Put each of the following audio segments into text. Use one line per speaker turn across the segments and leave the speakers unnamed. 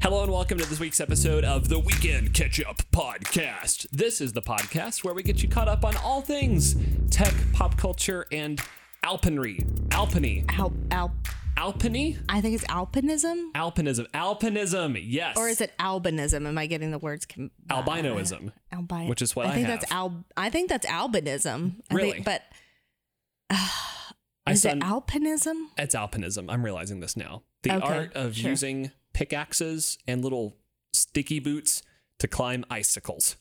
Hello and welcome to this week's episode of the Weekend Catch Up Podcast. This is the podcast where we get you caught up on all things tech, pop culture, and alpenry. Alpiny.
Al- Al-
Alpiny?
I think it's albinism,
Alpinism. Alpinism. Yes.
or is it albinism? Am I getting the words com-
albinoism?
Albino,
Which is what I
think.
have.
That's al. I think that's albinism. I
Really?
think, but
I
is it
son-
albinism?
it's alpinism. I'm realizing this now. The
Okay,
art of
sure.
using pickaxes and little sticky boots to climb icicles.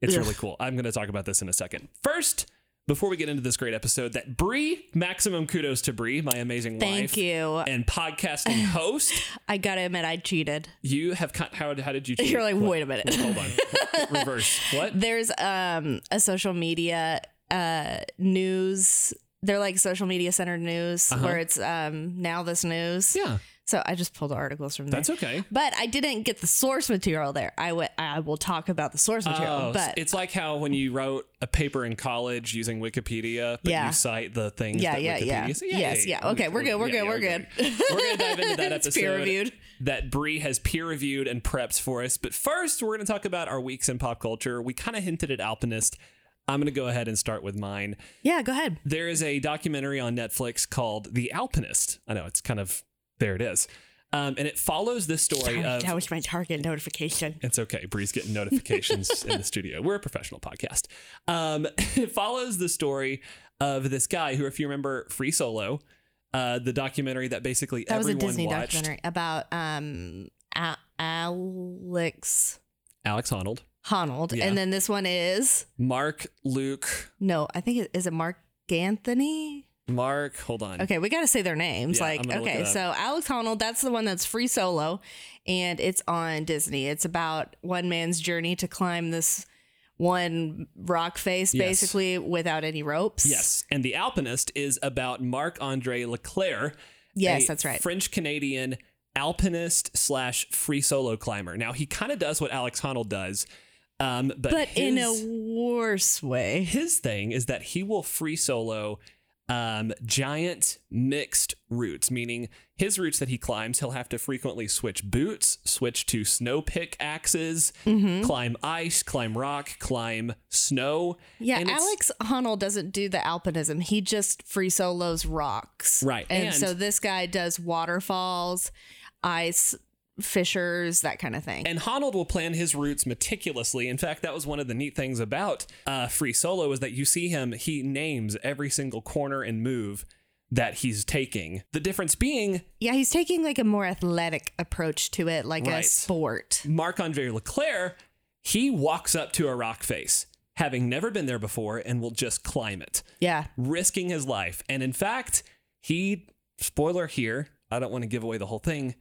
It's
Ugh.
really cool. I'm going to talk about this in a second. First, before we get into this great episode, that Bree, maximum kudos to Bree, my amazing
Thank
wife
you.
and podcasting host.
I gotta admit, I cheated.
You have con- how how did you? cheat?
You're like,
What?
wait a minute.
Hold on. Reverse. What?
There's um a social media uh news. They're like social media centered news
Uh-huh.
where it's um now this news.
Yeah,
So I just pulled articles from there.
that's okay.
but I didn't get the source material there. I would I will talk about the source material,
Oh,
but
it's like how when you wrote a paper in college using Wikipedia, but
Yeah.
you cite the things.
yeah,
that
yeah,
Wikipedia
yeah.
said. Yeah,
yes, yeah. Okay, we're good. We're
Yeah,
good.
yeah,
we're good.
We're gonna dive into that
It's
episode
peer-reviewed.
that Bree has peer reviewed and preps for us. But first, we're gonna talk about our weeks in pop culture. We kind of hinted at Alpinist. I'm gonna go ahead and start with mine.
Yeah, go ahead.
There is a documentary on Netflix called The Alpinist. I know it's kind of there. It is, um, and it follows the story of
that was my target notification.
it's okay. Bree's getting notifications in the studio. We're a professional podcast. Um, it follows the story of this guy who, if you remember Free Solo, uh, the documentary that basically
That was a
everyone
Disney
watched.
documentary about um A- Alex
Alex Honnold,
Honnold,
Yeah.
and then this one is
Mark, Luke,
no, I think it is it Mark Anthony.
Mark. Hold on.
Okay, we got to say their names.
Mm. Yeah, I'm
like,
gonna look it
okay,
up.
so Alex Honnold, that's the one that's free solo, and it's on Disney. It's about one man's journey to climb this one rock face,
Yes.
basically without any ropes.
Yes, and the Alpinist is about Marc Andre Leclerc.
yes,
a
that's right.
French Canadian alpinist slash free solo climber. Now he kind of does what Alex Honnold does, um, but
but in a
his-
worse way.
his thing is that he will free solo um, giant mixed routes, meaning his routes that he climbs, he'll have to frequently switch boots, switch to snow pick axes,
Mhm.
climb ice, climb rock, climb snow.
Yeah,
And it's-
Alex Honnold doesn't do the alpinism. He just free solos rocks.
Right,
And,
and-
so this guy does waterfalls, ice, fissures, that kind of thing.
And Honnold will plan his routes meticulously. In fact, that was one of the neat things about uh, Free Solo is that you see him, he names every single corner and move that he's taking. The difference being
yeah, he's taking like a more athletic approach to it, like a
Right.
sport.
Marc Andre Leclerc, he walks up to a rock face, having never been there before, and will just climb it,
Yeah.
risking his life. And in fact, he, spoiler here, I don't want to give away the whole thing.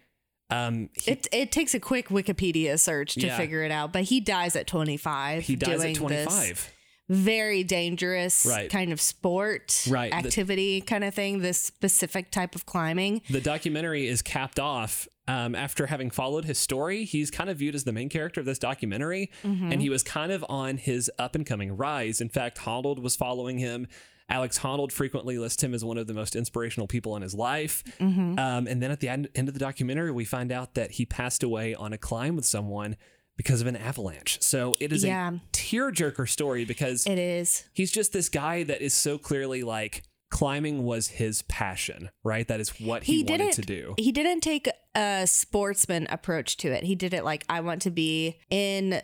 Um, he,
It it takes a quick Wikipedia search to
Yeah.
figure it out, but he dies at 25.
he dies
doing
at
this
25.
Very dangerous
Right.
kind of sport,
Right. The-
activity kind of thing, this specific type of climbing.
The documentary is capped off um, after having followed his story. He's kind of viewed as the main character of this documentary, and he was kind of on his up and coming rise. In fact, Honnold was following him. Alex Honnold frequently lists him as one of the most inspirational people in his life. Um, and then at the end, end of the documentary, we find out that he passed away on a climb with someone because of an avalanche. So it is
Yeah.
a tearjerker story because
It is.
he's just this guy that is so clearly like climbing was his passion, right? That is what he, wanted
didn't
to do.
he didn't take a sportsman approach to it he did it like i want to be in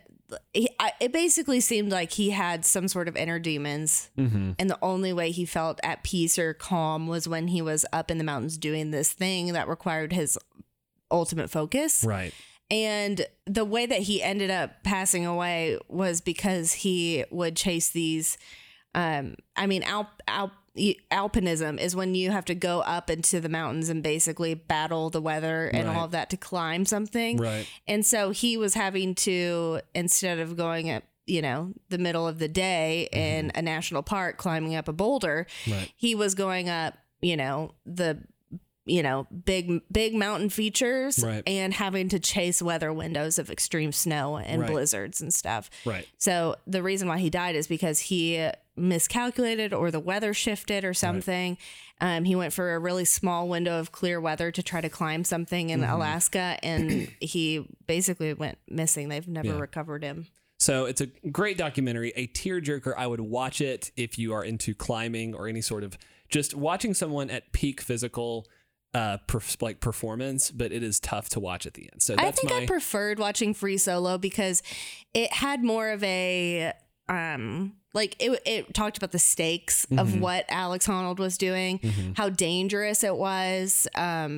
he, I, it basically seemed like he had some sort of inner demons
Mm-hmm.
and the only way he felt at peace or calm was when he was up in the mountains doing this thing that required his ultimate focus
Right.
and the way that he ended up passing away was because he would chase these. Um, I mean, alp, alp, y- alpinism is when you have to go up into the mountains and basically battle the weather and
Right.
all of that to climb something.
Right.
And so he was having to, instead of going up, you know, the middle of the day
Mm-hmm.
in a national park climbing up a boulder,
Right.
he was going up, you know, the you know, big big mountain features
Right.
and having to chase weather windows of extreme snow and
Right.
blizzards and stuff.
Right.
So the reason why he died is because he miscalculated or the weather shifted or something. Um, he went for a really small window of clear weather to try to climb something
Mm-hmm.
in Alaska, and he basically went missing. They've never
Yeah.
recovered him.
So it's a great documentary, a tearjerker. I would watch it if you are into climbing or any sort of just watching someone at peak physical uh perf- like performance, but it is tough to watch at the end. So
I
that's
think
my
I preferred watching Free Solo because it had more of a um like it it talked about the stakes of
Mhm.
what Alex Honnold was doing,
Mhm.
how dangerous it was, um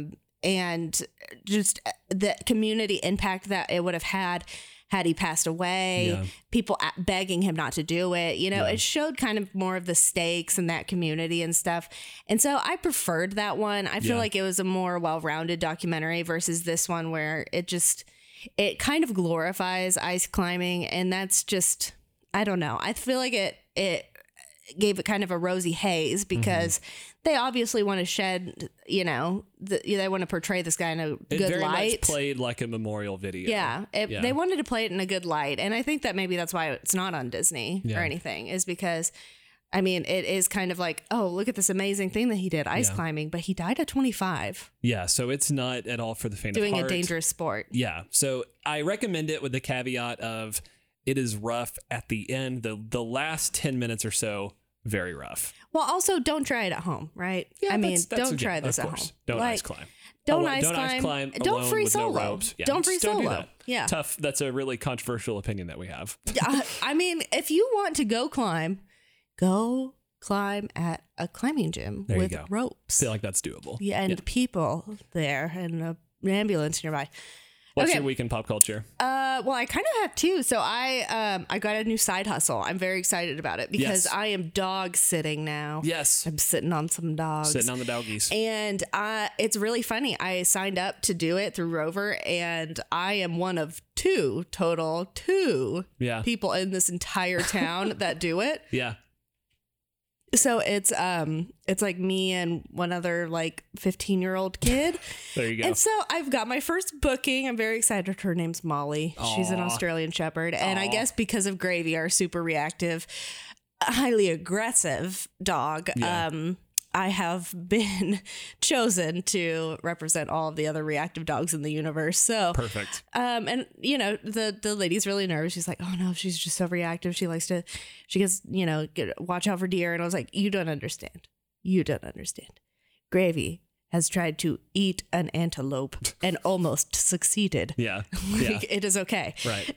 and just uh, the community impact that it would have had had he passed away,
Yeah.
people a- begging him not to do it. You know,
Yeah.
it showed kind of more of the stakes in that community and stuff. And so I preferred that one. I feel
Yeah.
like it was a more well-rounded documentary versus this one where it just it kind of glorifies ice climbing and that's just I don't know. I feel like it it gave it kind of a rosy haze
Mm-hmm.
because they obviously want to shed, you know, the, they want to portray this guy in a
it
good
very
light.
much played like a memorial video.
Yeah, it,
Yeah.
they wanted to play it in a good light, and I think that maybe that's why it's not on Disney
Yeah.
or anything is because, I mean, it is kind of like, oh, look at this amazing thing that he did, ice
Yeah.
climbing, but he died at 25
Yeah, so it's not at all for the faint
doing
of heart.
a dangerous sport.
Yeah. So I recommend it with the caveat of it is rough at the end. The the last 10 minutes or so, very rough.
Well, also don't try it at home, right? I mean,
that's- that's-
don't
yeah,
try
of
this at
course.
home.
Don't
like,
ice climb.
Don't,
Alone-
ice
don't
climb.
ice climb.
Don't
alone
free
with no
solo.
ropes. Yeah,
Don't free
just don't do
solo.
that.
yeah.
Tough. That's a really controversial opinion that we have.
Uh, I mean, if you want to go climb, go climb at a climbing gym
There you
with
go.
ropes.
feel like that's doable.
yeah, and people there and a, an ambulance nearby.
What's
okay.
your week in pop culture?
Uh, well, I kind of have two. So I um I got a new side hustle. I'm very excited about it because
Yes.
I am dog sitting now.
Yes.
I'm sitting on some dogs.
Sitting on the doggies.
and uh, it's really funny. I signed up to do it through Rover, and I am one of two total two
Yeah.
people in this entire town that do it.
Yeah.
So it's um it's like me and one other like 15 year old kid.
There you go.
And so I've got my first booking. I'm very excited. Her name's Molly. She's an
Aw.
Australian Shepherd. And I
Aw.
guess because of Gravy, our super reactive, highly aggressive dog,
Yeah.
um, I have been chosen to represent all of the other reactive dogs in the universe. So,
Perfect.
um, and you know, the the lady's really nervous. She's like, "Oh no, she's just so reactive. She likes to, she gets, you know, get, watch out for deer." And I was like, "You don't understand. You don't understand. Gravy has tried to eat an antelope and almost succeeded.
Yeah. Yeah.
Like, It is okay.
Right.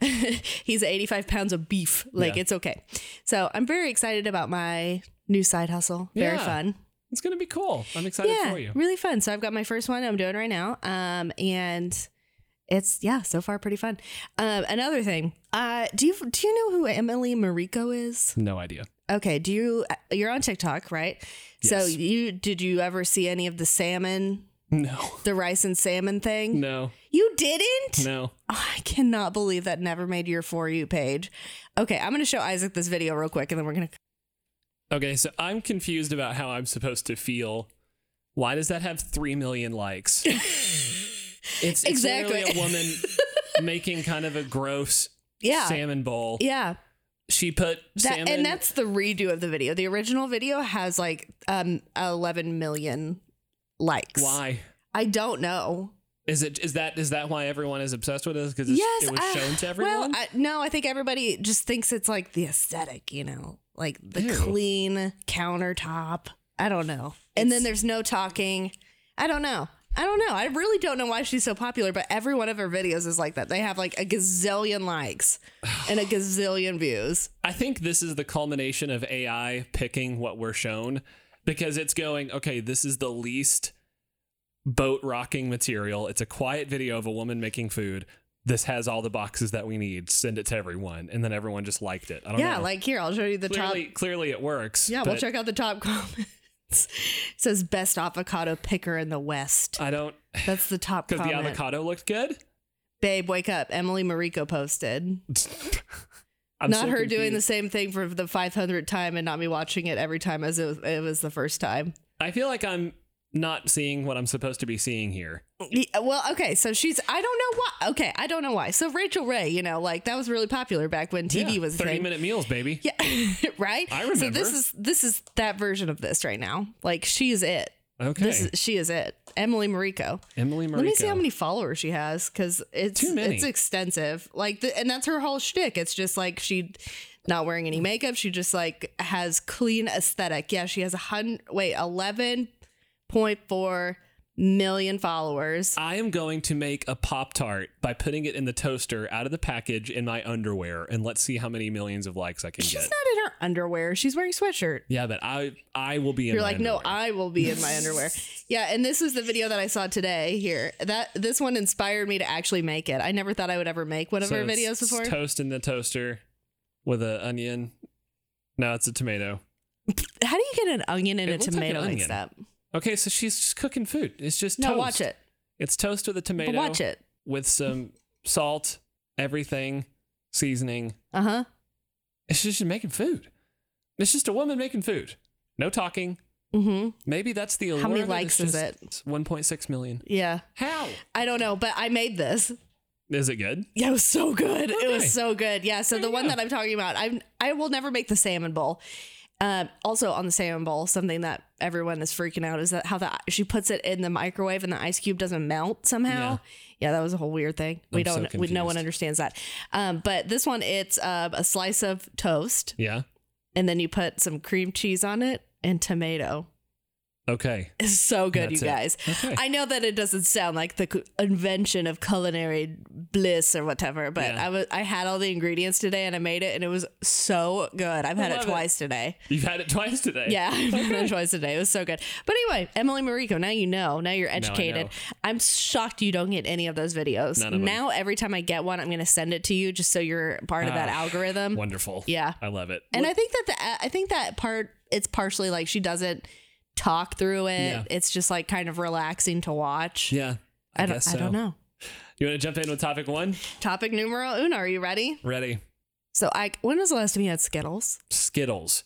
He's 85 pounds of beef. Like
Yeah.
it's okay. So I'm very excited about my new side hustle. Very
Yeah.
fun
It's going to be cool. I'm excited
yeah,
for you.
Really fun. So I've got my first one I'm doing right now. Um, and it's yeah, so far pretty fun. Um, another thing. Uh, do you do you know who Emily Mariko is?
No idea.
Okay, do you uh, you're on TikTok, right? So
Yes.
you did you ever see any of the salmon,
No.
the rice and salmon thing?
No.
You didn't?
No.
Oh, I cannot believe that never made your for you page. Okay, I'm gonna show Isaac this video real quick and then we're gonna
Okay, so I'm confused about how I'm supposed to feel. Why does that have three million likes? it's, it's
Exactly.
literally a woman making kind of a gross
Yeah.
salmon bowl.
Yeah.
She put
That,
salmon.
and that's the redo of the video. The original video has like um 11 million likes.
why
I don't know.
is it? Is that is that why everyone is obsessed with this? Because it was
uh,
shown to everyone.
Well, I, no, I think everybody just thinks it's like the aesthetic, you know, like the
Ew.
clean countertop. I don't know. And then there's no talking. I don't know. I don't know. I really don't know why she's so popular, but every one of her videos is like that. They have like a gazillion likes and a gazillion views.
I think this is the culmination of AI picking what we're shown because it's going, okay, this is the least boat rocking material. It's a quiet video of a woman making food. This has all the boxes that we need. Send it to everyone. And then everyone just liked it. I don't
Yeah,
know.
like here, I'll show you the top
clearly, clearly it works.
Yeah, we'll
but
check out the top comments. it says best avocado picker in the West.
I don't,
That's the top
because the
comment.
avocado looked good.
Babe, wake up. Emily Mariko posted.
I'm
not
so
her doing the
confused.
same thing for the 500th time and not me watching it every time as it was, it was the first time.
I feel like I'm not seeing what I'm supposed to be seeing here.
Yeah, Well, okay, so she's I don't know why. Okay, I don't know why. So Rachel Ray, you know, like that was really popular back when TV
Yeah,
was a
30
thing.
minute meals, baby.
Yeah, right.
I
So
remember.
this is this is that version of this right now. Like she's it.
Okay.
This is she is it. Emily Mariko.
Emily Mariko.
Let me see how many followers she has because it's
Too many.
it's extensive. Like, the, and that's her whole shtick. It's just like she not wearing any makeup. She just like has clean aesthetic. Yeah, she has a hundred. Wait, eleven point four million followers.
I am going to make a Pop Tart by putting it in the toaster out of the package in my underwear, and let's see how many millions of likes I can get.
She's not in her underwear. She's wearing sweatshirt.
yeah, but I I will be in.
You're
my
like, no,
underwear.
I will be in my underwear. Yeah, and this is the video that I saw today. Here, that this one inspired me to actually make it. I never thought I would ever make one of
So
her
it's-
videos
it's
before.
Toast in the toaster with an onion. No, it's a tomato.
How do you get an onion and
It
a
looks like an
tomato
onion.
mixed up?
Okay, so she's just cooking food. It's just
No,
toast.
watch it.
It's toast with a
But
tomato.
watch it.
with some salt, everything, seasoning.
Uh huh.
It's just she's making food. It's just a woman making food. No talking.
Mm-hmm.
Maybe that's the allure.
many
of it. It's
likes is
just 1.6 million.
Yeah.
How?
I don't know, but I made this. Oh,
Is it good?
Yeah, it was so good. It
Okay.
was so good. Yeah. So
There
the
you
one
go.
that I'm talking about, I'm I will never make the salmon bowl. Um, also on the salmon bowl, something that everyone is freaking out is that how the she puts it in the microwave and the ice cube doesn't melt somehow. Yeah, that was a whole weird thing. we
I'm so
don't. we, no one
confused.
understands that. Um, but this one, it's uh, a slice of toast,
Yeah.
and then you put some cream cheese on it and tomato.
Okay.
It's so good,
That's
you
it.
guys.
Okay.
I know that it doesn't sound like the cu- invention of culinary bliss or whatever, but
Yeah.
I was I had all the ingredients today and I made it and it was so good. I've had it
love it.
twice today.
You've had it twice today.
Yeah, I've had it twice today. It was so good. But anyway, Emily Mariko, now you know. Now you're educated.
know.
I'm shocked you don't get any of those videos.
None of 'em.
now every time I get one, I'm going to send it to you just so you're part of that
Ah,
algorithm.
Wonderful.
Yeah.
I love it.
And I think that the I think that part it's partially like she doesn't talk through it.
Yeah.
It's just like kind of relaxing to watch.
yeah.
I, don't
guess so.
I don't know.
You want to jump in with topic one?
Topic numero uno. Are you ready?
Ready.
So I when was the last time you had Skittles?
Skittles.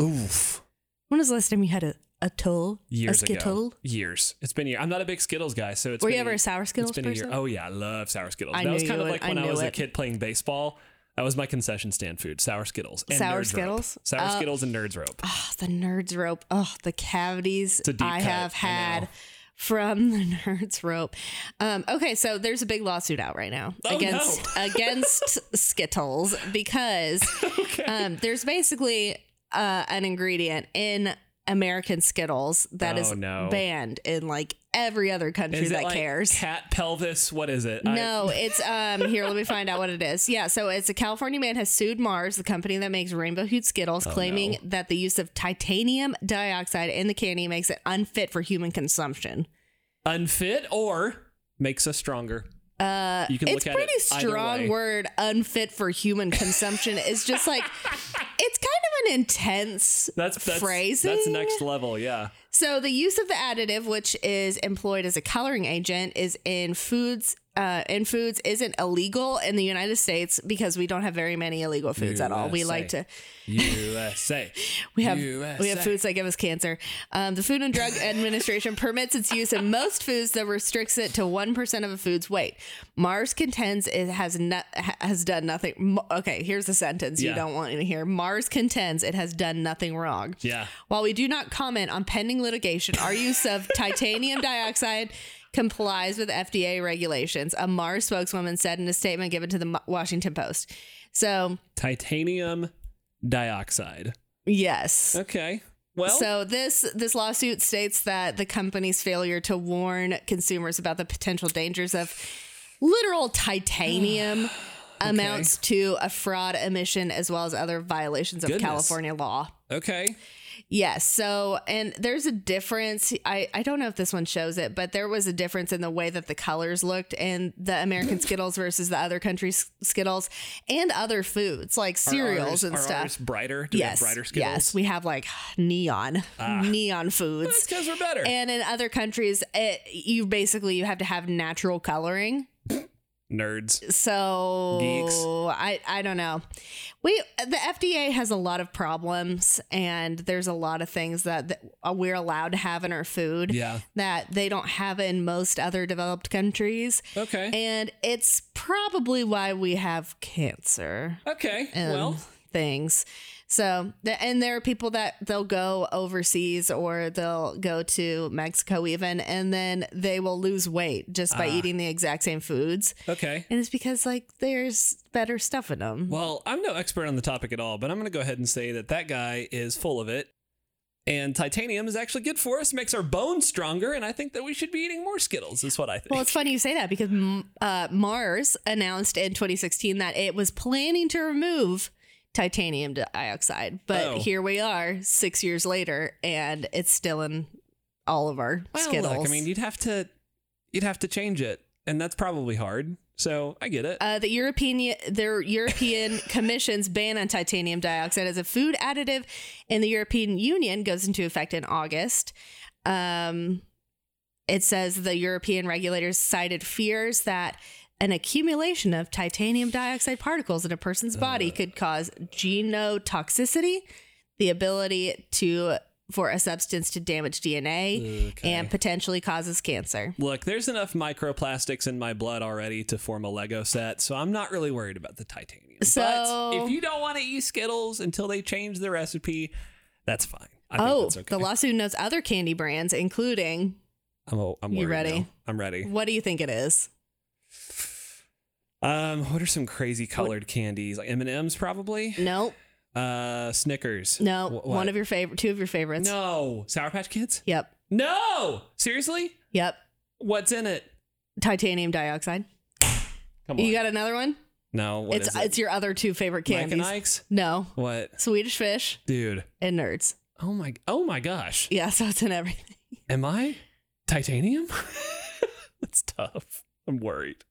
Oof.
When was the last time you had a, a toll?
Years
a Skittle?
ago. Years. It's been a year. I'm not a big Skittles guy, so it's
Were
been
you ever
year.
a sour Skittles
It's been a
person?
year. Oh yeah, I love sour Skittles.
I
that was
knew
kind
you
of
would.
like
I
when I,
knew
was a
it.
kid playing baseball. That was my concession stand food: sour Skittles, and
Sour
Nerds
Skittles?
rope. sour
Uh,
Skittles, and Nerds rope.
Oh, the nerds rope. Oh, the cavities
a deep
I
cut,
have
I
had
know.
from the nerds rope. Um, okay, so there's a big lawsuit out right now
Oh,
against against Skittles because um, there's basically uh, an ingredient in American Skittles that is
Oh, no.
banned in like every other country
Is it
that
like
cares.
Cat pelvis. What is it? I-
No, it's um here, let me find out what it is. Yeah, so it's a California man has sued Mars, the company that makes rainbow hued Skittles, claiming
Oh, no.
that the use of titanium dioxide in the candy makes it unfit for human consumption.
unfit or makes us stronger. Uh, you can
It's
look at
pretty
it either
strong
way.
word unfit for human consumption. it's just like it's kind of an intense
That's, that's
phrasing.
That's next level. Yeah.
So the use of the additive, which is employed as a coloring agent, is in foods. Uh, in foods isn't illegal in the United States because we don't have very many illegal foods at all. We
USA.
like to
USA.
we have we have
USA.
foods that give us cancer. Um, the Food and Drug Administration permits its use in most foods, though restricts it to one percent of a food's weight. Mars contends it has not has done nothing. mo- Okay, here's the sentence you
Yeah.
don't want to hear. Mars contends it has done nothing wrong.
Yeah.
While we do not comment on pending litigation, our use of titanium dioxide complies with FDA regulations, a Mars spokeswoman said in a statement given to the Mo- Washington Post. So,
Titanium dioxide.
yes.
Okay. Uh, Well,
So this this lawsuit states that the company's failure to warn consumers about the potential dangers of literal titanium amounts to a fraud emission as well as other violations of
Goodness.
California law.
okay.
Yes. So, and there's a difference. I, I don't know if this one shows it, but there was a difference in the way that the colors looked in the American Skittles versus the other countries' Skittles and other foods like
Are
cereals
ours-
and
are
stuff.
ours brighter. Do we have
yes.
brighter Skittles? Ah.
yes. We have like neon, neon
That's
foods.
because we're better.
And in other countries, it, you basically you have to have natural coloring.
nerds.
So
Geeks.
I I don't know. We the FDA has a lot of problems and there's a lot of things that, that uh, we're allowed to have in our food
Yeah.
that they don't have in most other developed countries
Okay.
and it's probably why we have cancer
Okay.
and
well,
things. So, th- and there are people that they'll go overseas or they'll go to Mexico even, and then they will lose weight just by
Ah.
eating the exact same foods.
okay.
And it's because, like, there's better stuff in them.
Well, I'm no expert on the topic at all, but I'm going to go ahead and say that that guy is full of it. And titanium is actually good for us, makes our bones stronger, and I think that we should be eating more Skittles, is what I think.
Well, it's funny you say that because mm, uh, Mars announced in 2016 that it was planning to remove titanium dioxide, but
Oh.
here we are six years later, and it's still in all of our
Well,
Skittles.
look, I mean, you'd have to you'd have to change it, and that's probably hard. So I get it.
Uh, the European their European Commission's ban on titanium dioxide as a food additive in the European Union goes into effect in August. Um, it says the European regulators cited fears that an accumulation of titanium dioxide particles in a person's body
Uh.
could cause genotoxicity, the ability to for a substance to damage DNA, and potentially causes cancer.
Look, there's enough microplastics in my blood already to form a Lego set, so I'm not really worried about the titanium. but
So-
if you don't want to eat Skittles until they change the recipe, that's fine. I think
Oh,
that's okay.
the lawsuit notes other candy brands, including
I'm, o- I'm
You
worried
ready?
now. I'm ready.
What do you think it is?
Um, what are some crazy colored candies? Like M and M's, probably.
No,
Uh, Snickers.
no,
Wh- what?
one of your favorite, two of your favorites.
No, Sour Patch Kids.
Yep,
No, seriously,
yep.
what's in it?
Titanium dioxide.
Come on.
You got another one?
no, what
it's
is it?
it's your other two favorite
Mike
candies.
and Ike's.
No,
What,
Swedish Fish
dude?
and Nerds.
Oh my! Oh my gosh!
Yeah, so it's in everything.
Am I titanium? That's tough. I'm worried.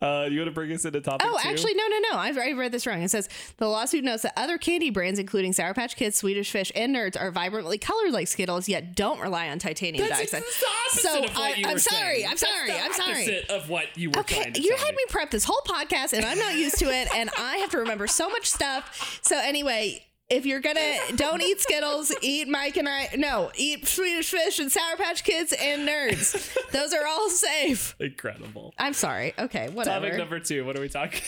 Uh, you want to bring us into topic?
Oh,
two?
actually, no, no, no. I've I read this wrong. It says the lawsuit notes that other candy brands, including Sour Patch Kids, Swedish Fish, and Nerds, are vibrantly colored like Skittles, yet don't rely on titanium
that's
dioxide.
it's the opposite
So,
of what
I-
you
I'm
were
sorry,
saying.
I'm
That's
sorry,
the
I'm sorry.
opposite of what you were
Okay,
trying to
you
tell
had me prep this whole podcast, and I'm not used to it, and I have to remember so much stuff. So anyway, if you're gonna don't eat Skittles, eat Mike and I. No, eat Swedish Fish and Sour Patch Kids and Nerds. Those are all safe.
Incredible.
I'm sorry. Okay,
Topic
whatever.
number two. What are we talking?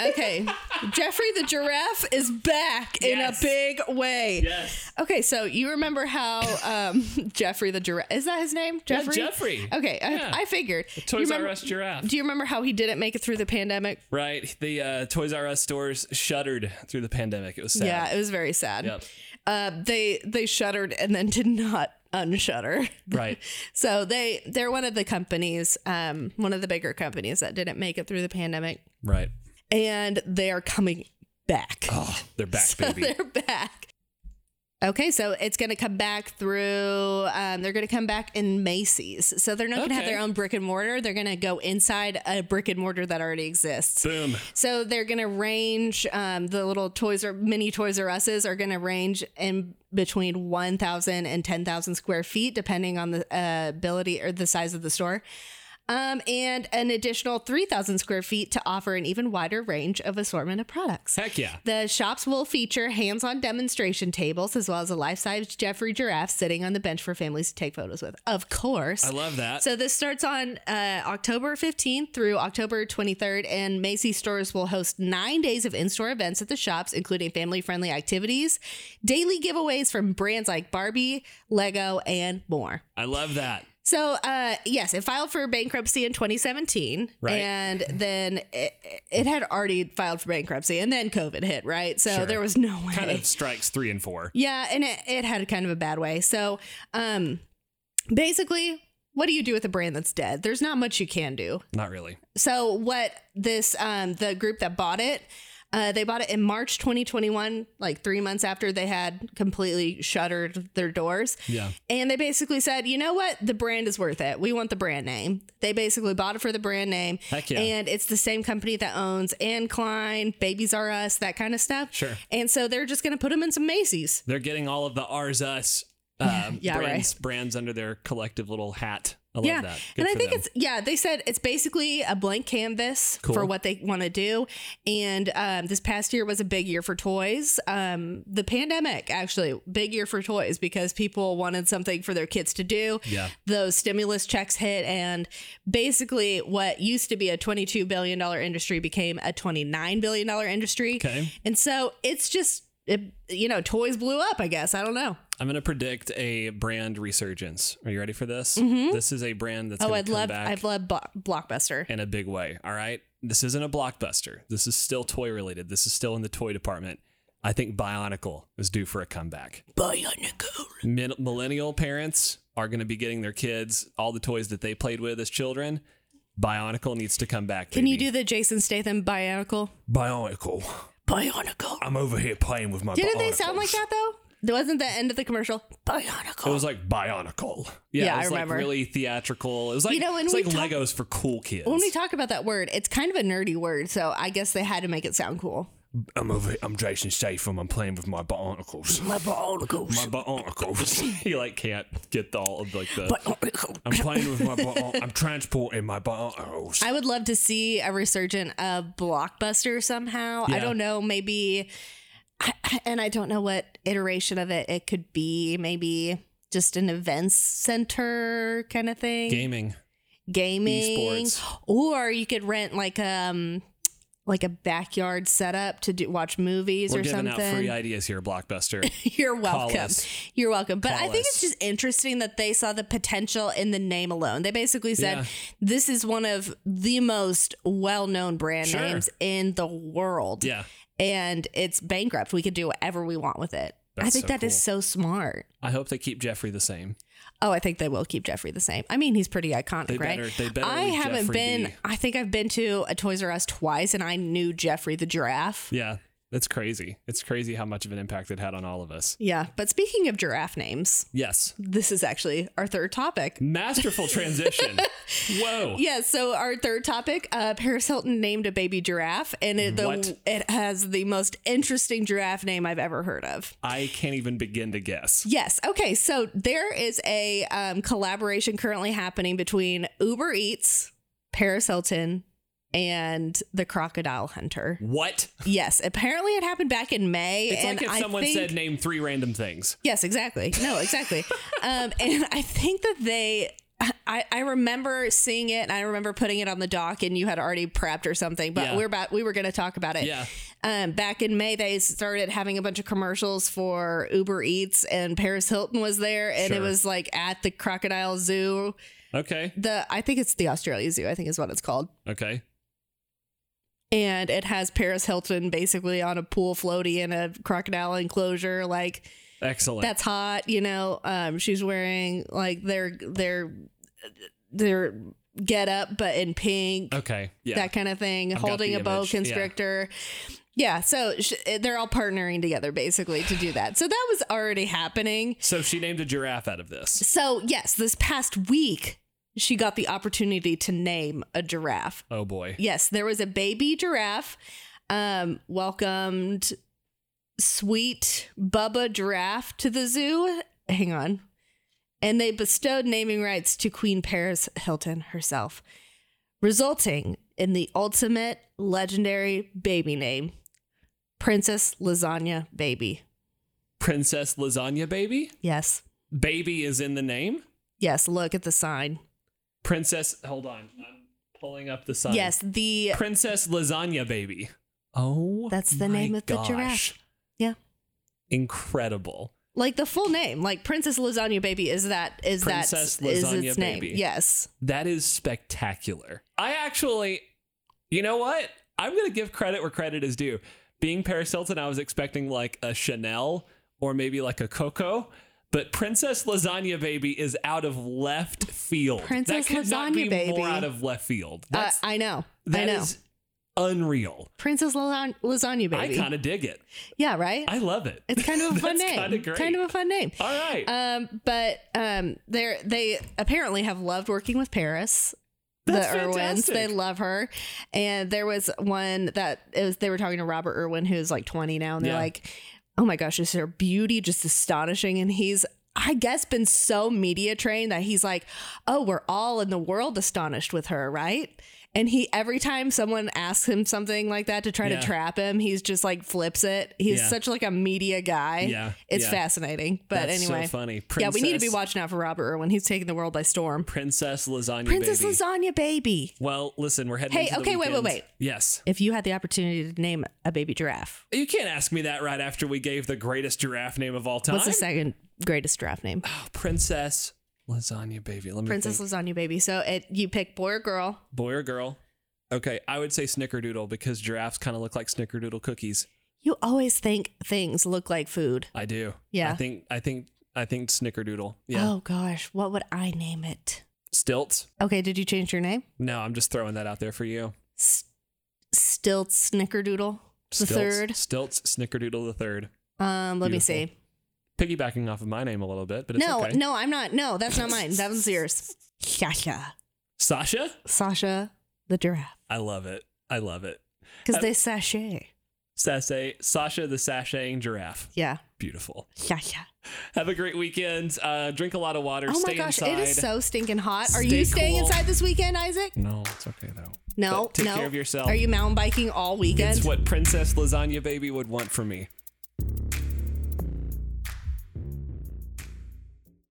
Okay, Jeffrey the giraffe is back in a
Yes.
big way.
yes.
Okay, so you remember how um, Jeffrey the giraffe is that his name? Jeffrey.
Jeffrey.
Okay,
Yeah.
I, I figured. You
Toys
remember-
R Us giraffe.
Do you remember how he didn't make it through the pandemic?
right. The uh, Toys R Us stores shuttered through the pandemic. It was sad.
Yeah, it was very sad.
Yep.
Uh, they they shuttered and then did not unshutter.
Right.
So they they're one of the companies, um, one of the bigger companies that didn't make it through the pandemic,
Right.
and they are coming back.
Oh, they're back,
So
baby.
they're back. Okay, so it's going to come back through. Um, they're going to come back in Macy's. So they're not going to have
Okay.
their own brick and mortar. They're going to go inside a brick and mortar that already exists.
Boom.
So they're going to range um, the little Toys or mini Toys R Us's are going to range in between 1,000 and 10,000 square feet, depending on the uh, ability or the size of the store. Um, and an additional 3,000 square feet to offer an even wider range of assortment of products.
Heck yeah.
The shops will feature hands on demonstration tables as well as a life size Jeffrey giraffe sitting on the bench for families to take photos with. Of course.
I love that.
So this starts on uh, October 15th through October 23rd, and Macy's stores will host nine days of in-store events at the shops, including family-friendly activities, daily giveaways from brands like Barbie, Lego, and more.
I love that.
So, uh, yes, it filed for bankruptcy in 2017,
Right.
and then it, it had already filed for bankruptcy, and then COVID hit, right? So
Sure.
there was no way.
Kind of strikes three and four.
Yeah, and it, it had kind of a bad way. So, um, basically, what do you do with a brand that's dead? There's not much you can do.
Not really.
So, what this um, the group that bought it, uh, they bought it in March 2021, like three months after they had completely shuttered their doors.
Yeah.
And they basically said, you know what? The brand is worth it. We want the brand name. They basically bought it for the brand name.
Heck yeah.
And it's the same company that owns Anne Klein, Babies R Us, that kind of stuff.
Sure.
And so they're just going to put them in some Macy's.
They're getting all of the R's Us um,
Yeah,
brands, brands under their collective little hat. I love
yeah.
that. Good
and I
for
think
them.
it's yeah, they said it's basically a blank canvas
Cool.
for what they want to do. And um, this past year was a big year for toys. Um, the pandemic actually big year for toys because people wanted something for their kids to do.
Yeah.
Those stimulus checks hit and basically what used to be a 22 billion dollar industry became a 29 billion dollar industry.
Okay.
And so it's just it, you know, toys blew up, I guess. I don't know.
I'm going to predict a brand resurgence. Are you ready for this? This is a brand that's
Mm-hmm.
going
Oh, I'd
to come
love
back
I'd love Blo- Blockbuster.
in a big way. All right. This isn't a blockbuster. This is still toy related. This is still in the toy department. I think Bionicle is due for a comeback.
Bionicle.
Min- millennial parents are going to be getting their kids all the toys that they played with as children. Bionicle needs to come back.
Can you do the Jason Statham Bionicle?
Bionicle?
Bionicle.
I'm over here playing with my.
Didn't they sound like that though? There wasn't the end of the commercial.
It
Bionicle.
was like Bionicle. Yeah,
Yeah,
it
I
was like
remember.
really theatrical. It was like
You know, when
it's
we
like
talk-
Legos for cool kids.
when we talk about that word, it's kind of a nerdy word, so I guess they had to make it sound cool.
I'm over. here- I'm Jason Statham. I'm playing with my Bionicles.
My Bionicles.
My Bionicles. he like can't get the all of like the.
Bionicle.
I'm playing with my. Bio- I'm transporting my Bionicles.
I would love to see a resurgent of Blockbuster somehow. I
Yeah.
don't know, maybe, I- I- and I don't know what iteration of it it could be. Maybe just an events center kind of thing.
Gaming.
gaming
Esports.
or you could rent like um like a backyard setup to do, watch movies
We're
or
giving
something
out free ideas here, Blockbuster.
you're welcome
us.
you're welcome but i
Call
think
us.
it's just interesting that they saw the potential in the name alone they basically said
Yeah.
this is one of the most well-known brand
Sure.
names in the world
yeah,
and it's bankrupt we could do whatever we want with it i
That's
think
so
that is
cool.
so smart
I hope they keep Jeffrey the same.
Oh, I think they will keep Jeffrey the same. I mean, he's pretty iconic,
They
right?
better- they better
I
leave
haven't
Jeffrey
been.
be.
I think I've been to a Toys R Us twice, and I knew Jeffrey the giraffe.
Yeah, that's crazy. It's crazy how much of an impact it had on all of us.
Yeah, but speaking of giraffe names,
Yes,
this is actually our third topic.
masterful transition. Whoa.
Yeah, so our third topic, uh, Paris Hilton named a baby giraffe, and it
What?
the, it has the most interesting giraffe name I've ever heard of.
I can't even begin to guess.
Yes. Okay. So there is a um, collaboration currently happening between Uber Eats, Paris Hilton, and the Crocodile Hunter.
What?
Yes. Apparently, it happened back in May.
It's
and
like if
I
someone
think-
said name three random things.
Yes. Exactly. No. Exactly. um, and I think that they. I, I remember seeing it and I remember putting it on the dock and you had already prepped or something, but
Yeah.
we're about we were gonna talk about it.
Yeah.
Um, back in May, they started having a bunch of commercials for Uber Eats, and Paris Hilton was there, and it
Sure.
was like at the Crocodile Zoo.
Okay.
The I think it's the Australia Zoo. I think is what it's called,
Okay.
and it has Paris Hilton basically on a pool floaty in a crocodile enclosure. Like
Excellent.
that's hot, you know. Um, she's wearing like their their their get up, but in pink.
okay. Oh, Yeah.
that kind of thing,
I've got
holding
the
a boa
image, yeah.
constrictor. Yeah, so sh- they're all partnering together basically to do that. So that was already happening.
so she named a giraffe out of this.
So, yes, this past week, she got the opportunity to name a giraffe.
Oh boy.
Yes, there was a baby giraffe um, welcomed sweet Bubba giraffe to the zoo. Hang on. And they bestowed naming rights to Queen Paris Hilton herself, resulting in the ultimate legendary baby name, Princess Lasagna Baby.
Princess Lasagna Baby?
Yes.
Baby is in the name?
Yes. Look at the sign.
Princess, hold on. I'm pulling up the sign.
Yes. The.
Princess Lasagna Baby. Oh.
That's the
my
name of the
gosh.
giraffe. Yeah.
Incredible.
Like the full name, like Princess Lasagna Baby is that is
Princess
that is
Lasagna
its
Baby.
name? Yes,
That is spectacular. I actually, you know what? I'm going to give credit where credit is due. Being Paris Hilton, I was expecting like a Chanel or maybe like a Coco, but Princess Lasagna Baby is out of left field.
Princess
that could not
Lasagna
be
Baby.
More out of left field.
Uh,
That's
I know. I
that
know.
is unreal.
Princess Lasagna, lasagna Baby.
I kind of dig it.
yeah, right?
I love it.
it's kind of a fun
That's
name.
kinda great.
Kind of a fun name.
All right.
Um, but um, they they apparently have loved working with Paris.
That's
the Irwins,
fantastic.
they love her. And there was one that it was they were talking to Robert Irwin, who's like 20 now, and they're
Yeah.
like, "Oh my gosh, is her beauty just astonishing?" And he's I guess been so media trained that he's like, "Oh, we're all in the world astonished with her, right?" And he every time someone asks him something like that to try
Yeah.
to trap him, he's just like flips it. He's
Yeah.
such like a media guy.
Yeah,
It's
yeah.
fascinating. But
That's
anyway.
so funny.
yeah, we need to be
Princess-
watching out for Robert Irwin. He's taking the world by storm.
Princess Lasagna
Princess
Baby.
Lasagna Baby.
well, listen, we're heading.
Hey,
into the
okay, wait, wait,
weekend.
wait.
Yes,
If you had the opportunity to name a baby giraffe,
you can't ask me that right after we gave the greatest giraffe name of all time.
what's the second greatest giraffe name?
Oh, Princess Lasagna Baby. Let me
Princess
think.
Lasagna Baby. So it you pick boy or girl.
Boy or girl? Okay, I would say Snickerdoodle because giraffes kind of look like Snickerdoodle cookies.
You always think things look like food.
I do.
Yeah.
I think. I think. I think Snickerdoodle. Yeah.
Oh gosh, what would I name it?
Stilts.
Okay, did you change your name?
No, I'm just throwing that out there for you.
S- Stilt Snickerdoodle. The
Stilts,
third.
Stilts Snickerdoodle the third.
Um, let me
Beautiful.
see.
Piggybacking off of my name a little bit, but it's
No,
okay.
no, I'm not. No, that's not mine. That was yours. Sasha.
Sasha.
Sasha the giraffe.
I love it. I love it.
Because
Uh,
they sashay.
Sashay, Sasha the sashaying giraffe.
Yeah.
Beautiful.
Sasha.
Have a great weekend. Uh, drink a lot of water.
Oh
Stay
my gosh,
inside.
it is so stinking hot. Are
Stay
you staying
cool.
inside this weekend, Isaac?
no, it's okay though.
No,
But take
no.
care of yourself.
Are you mountain biking all weekend?
It's what Princess Lasagna Baby would want from me.